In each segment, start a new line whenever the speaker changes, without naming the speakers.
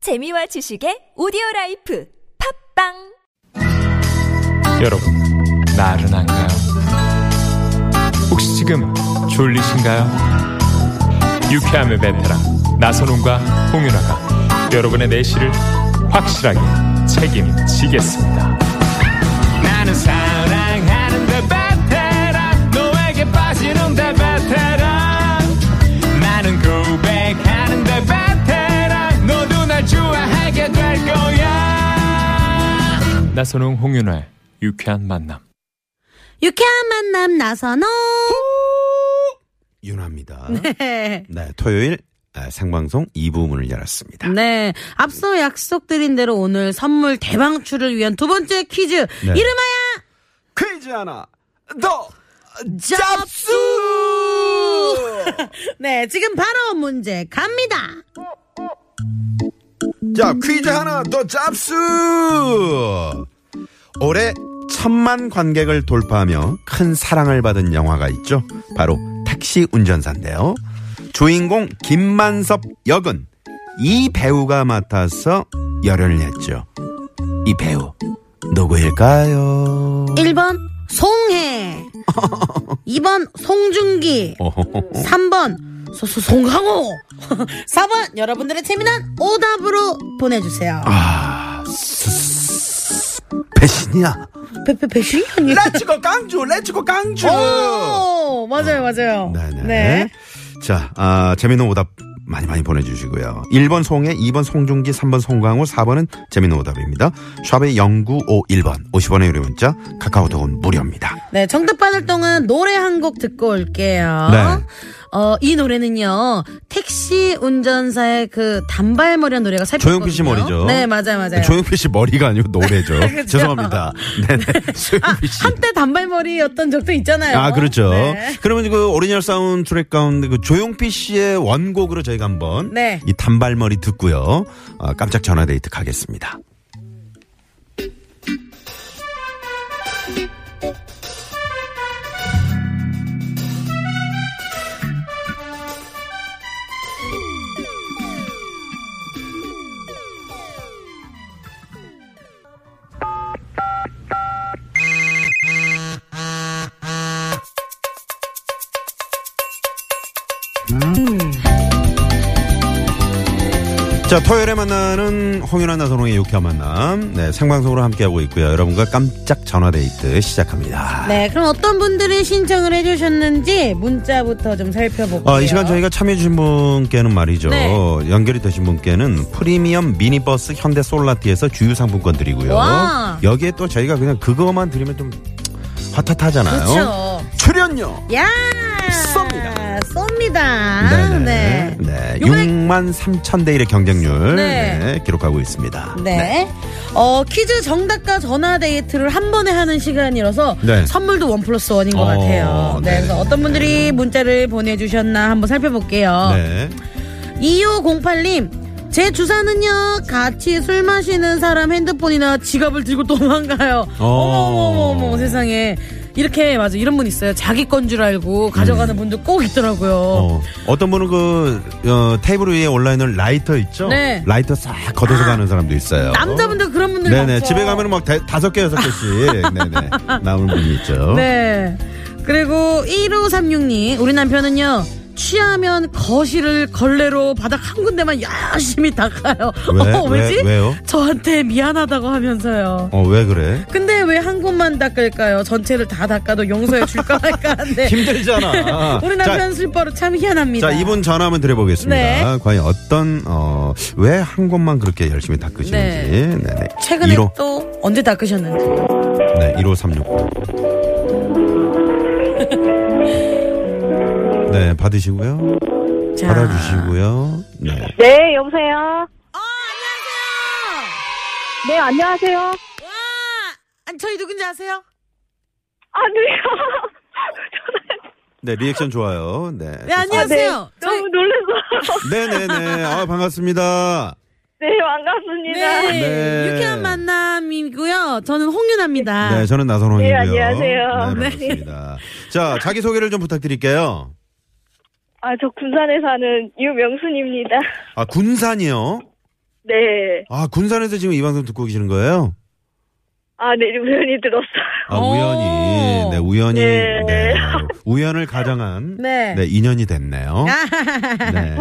재미와 지식의 오디오 라이프 팝빵
여러분, 나른한가요? 혹시 지금 졸리신가요? 유쾌함의 베테랑 나선홍과 홍윤아가 여러분의 내실을 확실하게 책임지겠습니다. 나는 사랑하는데 베테랑 너에게 빠지는데 베테랑 나는 고백하는데 베테랑 너도 날 좋아하게 될 거야. 나선홍 홍윤아의 유쾌한 만남.
유쾌한 만남 나선홍.
윤화입니다.
네.
네, 토요일 아, 생방송 2부문을 열었습니다.
네. 앞서 약속드린 대로 오늘 선물 대방출을 위한 두 번째 퀴즈. 이름하여
퀴즈 하나 더
잡수! 네. 지금 바로 문제 갑니다.
자, 퀴즈 하나 더 잡수! 올해 천만 관객을 돌파하며 큰 사랑을 받은 영화가 있죠. 바로 택시 운전사인데요. 주인공 김만섭 역은 이 배우가 맡아서 열연을 했죠. 이 배우 누구일까요?
1번 송해. 2번 송중기.
어허허허.
3번 소소 송강호. 4번 여러분들의 재미난 오답으로 보내주세요.
배신이야.
페페 배신이 아니에요.
렛츠고 강주, 렛츠고 강주.
오, 맞아요, 맞아요.
네네.
네.
자, 아, 재미있는 오답 많이 많이 보내주시고요. 1번 송해, 2번 송중기, 3번 송강호, 4번은 재미있는 오답입니다. 샵의 0951번, 50원의 유료 문자, 카카오톡은 무료입니다.
네, 정답 받을 동안 노래 한 곡 듣고 올게요.
네.
어, 이 노래는요, 택시 운전사의 그 단발머리한 노래가 살펴
조용필 씨 머리죠.
네, 맞아요, 그렇죠. 맞아요.
조용필 씨 머리가 아니고 노래죠.
그죠?
죄송합니다. 네네. 조용필 씨.
한때 단발머리였던 적도 있잖아요.
아, 그렇죠.
네.
그러면 그 오리지널 사운드 트랙 가운데 그 조용필 씨의 원곡으로 저희가 한번
네.
이 단발머리 듣고요. 어, 깜짝 전화 데이트 가겠습니다. 자, 토요일에 만나는 홍윤아 나선홍의 유쾌한 만남. 네, 생방송으로 함께하고 있고요. 여러분과 깜짝 전화데이트 시작합니다.
네, 그럼 어떤 분들이 신청을 해주셨는지 문자부터 좀 살펴볼게요.
어, 이 시간 저희가 참여해주신 분께는 말이죠.
네.
연결이 되신 분께는 프리미엄 미니버스 현대 솔라티에서 주유상품권 드리고요.
와.
여기에 또 저희가 그냥 그거만 드리면 좀 핫핫하잖아요.
그렇죠.
출연료!
야
쏩니다.
쏩니다.
네네.
네.
네.
요번에
6만 3천 대 1의 경쟁률
네.
네, 기록하고 있습니다.
네. 어, 퀴즈 정답과 전화 데이트를 한 번에 하는 시간이라서
네.
선물도 원 플러스 원인 것
어,
같아요. 네,
네.
그래서 어떤 분들이 문자를 보내주셨나 한번 살펴볼게요.
네.
2508님. 제 주사는요, 같이 술 마시는 사람 핸드폰이나 지갑을 들고 도망가요.
어.
어머머머머 세상에. 이렇게, 맞아. 이런 분 있어요. 자기 건 줄 알고 가져가는 분들 꼭 있더라고요.
음. 어, 어떤 분은 그 어, 테이블 위에 온라인을 라이터 있죠?
네. 아,
라이터 싹 걷어서 가는 사람도 있어요.
남자분들 그런 분들
네네
많죠.
집에 가면 막 대- 다섯 개 여섯 개씩 네네 나오는 분이 있죠.
네. 그리고 1536님, 우리 남편은요, 취하면 거실을 걸레로 바닥 한 군데만 열심히 닦아요.
왜?
어, 왜지?
왜? 왜요?
저한테 미안하다고 하면서요.
어 왜 그래?
근데 왜 한 곳만 닦을까요? 전체를 다 닦아도 용서해 줄까 말까 한데.
힘들잖아.
네. 우리 남편 술바로 참 희한합니다.
자, 자 이분 전화 한번 드려보겠습니다.
네.
과연 어떤 어 왜 한 곳만 그렇게 열심히 닦으시는지.
네.
네. 네
최근에
1호
또 언제 닦으셨는지.
네 1536. 네 받으시고요.
자.
받아주시고요. 네.
네, 여보세요.
어, 안녕하세요.
네, 안녕하세요.
와, 아니, 저희 누군지 아세요?
아니요.
네 리액션 좋아요. 네.
네, 안녕하세요. 저희-
너무 놀라서.
네네네. 아 반갑습니다.
네, 반갑습니다.
네.
네.
유쾌한 만남이고요. 저는 홍윤아입니다.
네, 저는 나선홍이고요.
네, 안녕하세요.
네, 반갑습니다. 자, 자기 소개를 좀 부탁드릴게요.
아, 저 군산에 사는 유명순입니다.
아, 군산이요?
네.
아, 군산에서 지금 이 방송 듣고 계시는 거예요?
아, 네, 우연히 들었어요.
아,
오.
우연히. 네, 우연히.
네.
네. 우연을 가장한.
네. 아.
네, 인연이 됐네요. 네.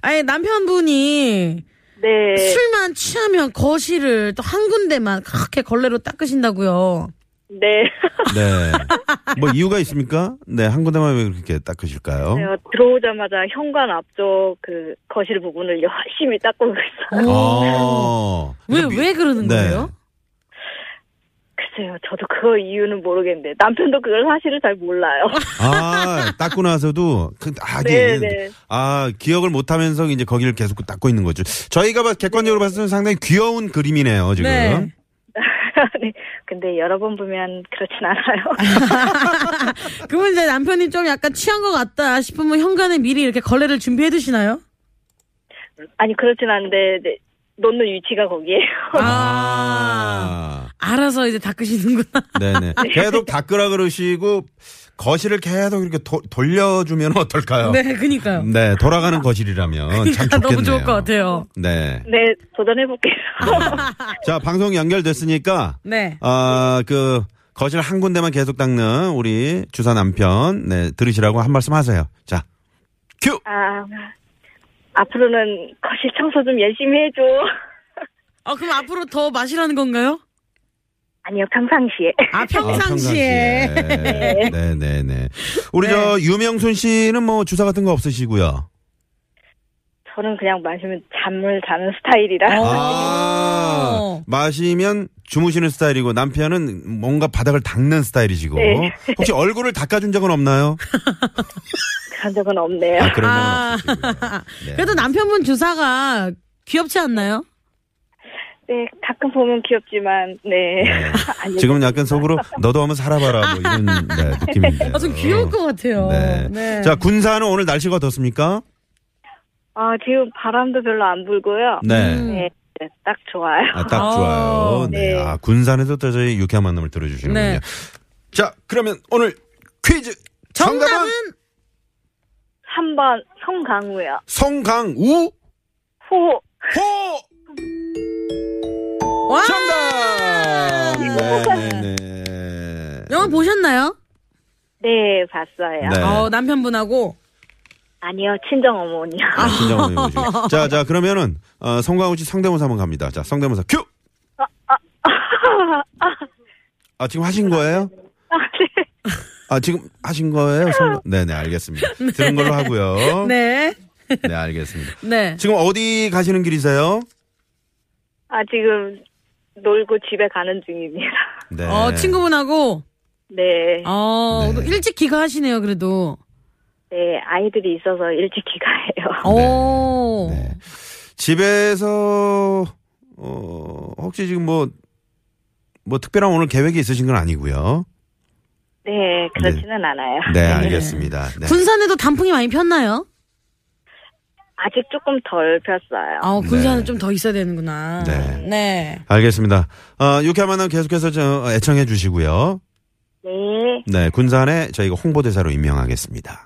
아니 남편분이
네.
술만 취하면 거실을 또 한 군데만 그렇게 걸레로 닦으신다고요.
네.
네. 뭐 이유가 있습니까? 네, 한 군데만 왜 그렇게 닦으실까요? 아.
제가 들어오자마자 현관 앞쪽 그 거실 부분을 열심히 닦고 있어요.
어.
왜 왜 그러는
네.
거예요?
글쎄요, 저도 그 이유는 모르겠는데 남편도 그걸 사실을 잘 몰라요.
아, 닦고 나서도 그
네,
하긴
네.
아, 기억을 못 하면서 이제 거기를 계속 닦고 있는 거죠. 저희가 봐- 객관적으로 봤을 때는 상당히 귀여운 그림이네요, 지금.
네.
네. 근데 여러 번 보면 그렇진 않아요.
그러면 이제 남편이 좀 약간 취한 것 같다 싶으면 현관에 미리 이렇게 걸레를 준비해 두시나요?
아니 그렇진 않은데 네, 놓는 위치가 거기에요.
아.
아.
알아서 이제 닦으시는구나.
네네.
아.
계속 닦으라 그러시고 거실을 계속 이렇게 도- 돌려주면 어떨까요?
네, 그니까요.
네, 돌아가는 거실이라면 참
그러니까
좋겠네요.
너무 좋을 것 같아요.
네.
네 도전해 볼게요.
아.
자, 방송 연결됐으니까
네.
아, 그 거실 한 군데만 계속 닦는 우리 주사 남편 네, 들으시라고 한 말씀 하세요. 자. 큐.
아 앞으로는 거실 청소 좀 열심히 해줘.
어, 그럼 앞으로 더 마시라는 건가요?
아니요 평상시에.
아,
아,
평상시에.
평상시에. 네, 네, 네. 우리 저 유명순 씨는 뭐 주사 같은 거 없으시고요.
저는 그냥 마시면 잠을 자는 스타일이라.
어.
아, 마시면 주무시는 스타일이고 남편은 뭔가 바닥을 닦는 스타일이시고
네.
혹시 얼굴을 닦아준 적은 없나요?
그런 적은 없네요.
아, 그런
아.
적은 없으시고요. 네.
그래도 남편분 주사가 귀엽지 않나요?
네 가끔 보면 귀엽지만 네. 아니,
지금 약간 속으로 너도 한번 살아봐라 뭐 이런 네, 느낌인데.
아, 좀 귀여울 것 같아요.
음. 네. 자 군산은 오늘 날씨가 어떻습니까?
아 지금 바람도 별로 안 불고요.
네.
음.
네, 네, 딱 좋아요.
아, 딱 좋아요.
아,
네.
네.
아, 군산에서 또 저희 유쾌한 만남을 들어주시는군요.
네.
자, 그러면 오늘 퀴즈 정답은,
정답은
3번 성강우요.
송강우
호.
호
와!
정답. 네, 네, 네.
영화 보셨나요?
네 봤어요.
네.
어, 남편분하고
아니요 친정 어머니요.
아, 진정한 의미죠. 자, 자, 그러면은 어, 송강우 씨 성대모사 한번 갑니다. 자, 성대모사 큐. 아, 지금 하신 거예요?
네.
아, 지금 하신 거예요? 성... 네, 네, 알겠습니다. 들은 걸로 하고요.
네.
네, 알겠습니다.
네.
지금 어디 가시는 길이세요?
아, 지금 놀고 집에 가는 중입니다.
네.
어, 친구분하고
네.
어,
네.
일찍 귀가하시네요, 그래도.
네, 아이들이 있어서 일찍 귀가해요.
오.
네. 집에서 어, 혹시 지금 뭐 뭐 특별한 오늘 계획이 있으신 건 아니고요.
네, 그렇지는 않아요.
네, 알겠습니다. 네.
군산에도 단풍이 많이 폈나요?
아직 조금 덜 폈어요.
아, 군산은
네.
좀 더 있어야 되는구나.
네.
네.
알겠습니다. 어, 유쾌한 만남 계속해서 저 애청해 주시고요.
네,
네, 군산에 저희가 홍보대사로 임명하겠습니다.
예,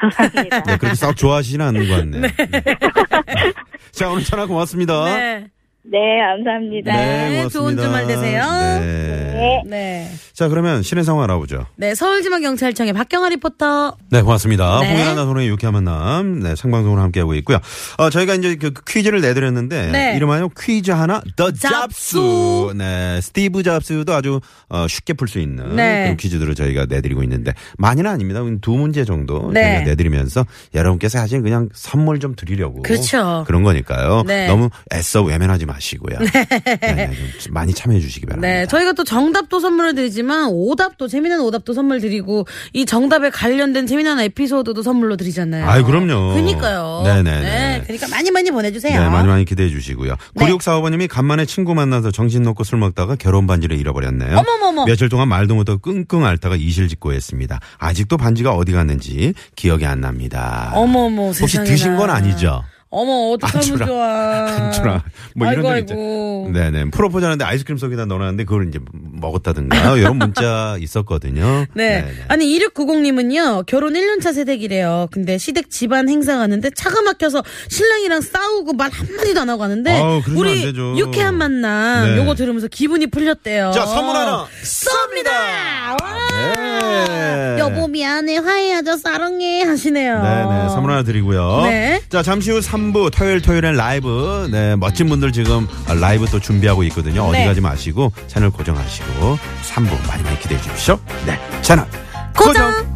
감사합니다.
네, 그렇게 썩 좋아하시지는 않는 것 같네요. 자, 오늘 전화 고맙습니다.
네.
네, 감사합니다.
네, 좋은 주말 되세요.
네.
네.
자, 그러면 신의 상황 알아보죠.
네, 서울지방경찰청의 박경아 리포터.
네, 고맙습니다.
네.
홍연아 나선의 유쾌한 만남, 네, 생방송으로 함께하고 있고요. 어, 저희가 이제 그 퀴즈를 내드렸는데,
네.
이름하여 퀴즈 하나, 더 잡스.
잡수.
네, 스티브 잡스도 아주 어, 쉽게 풀 수 있는
네.
그런 퀴즈들을 저희가 내드리고 있는데, 많이는 아닙니다. 그냥 두 문제 정도
네.
저희가 내드리면서 여러분께 사실 그냥 선물 좀 드리려고.
그렇죠.
런 거니까요.
네.
너무 애써 외면하지 마시고요. 네. 네, 좀 많이 참여해 주시기 바랍니다.
네, 저희가 또 정답도 선물을 드리지만 오답도 재미난 오답도 선물 드리고 이 정답에 관련된 재미난 에피소드도 선물로 드리잖아요.
아이, 그럼요.
그니까요.
네네네.
그러니까 많이 많이 보내주세요.
네, 많이 많이 기대해 주시고요. 9645님이 간만에 친구 만나서 정신 놓고 술 먹다가 결혼 반지를 잃어버렸네요.
어머머머.
며칠 동안 말도 못하고 끙끙 앓다가 이실직고 했습니다. 아직도 반지가 어디 갔는지 기억이 안 납니다.
어머머
혹시
세상에나.
드신 건 아니죠?
어머 어떡하면
안주라.
좋아.
안주라. 뭐 이런
아이고
적
아이고.
네네. 프로포즈 하는데 아이스크림 속에다 넣어놨는데 그걸 이제 먹었다든가 이런 문자 있었거든요.
네.
네네.
아니 2690님은요 결혼 1년차 세댁이래요. 근데 시댁 집안 행사 가는데 차가 막혀서 신랑이랑 싸우고 말 한마디도 안 하고 가는데
아우, 그러면 안
우리
되죠.
유쾌한 만남
네.
요거 들으면서 기분이 풀렸대요.
자, 선물
어,
하나
쏩니다. 와.
아, 네.
여보 미안해 화해하자 사랑해 하시네요.
네네. 선물 하나 드리고요.
네.
자, 잠시 후 3부 토요일 토요일엔 라이브. 네. 멋진 분들 지금 아, 라이브 또 준비하고 있거든요. 어디
네.
가지 마시고 채널 고정하시고 3부 많이 많이 기대해 주십시오. 네. 채널 고정.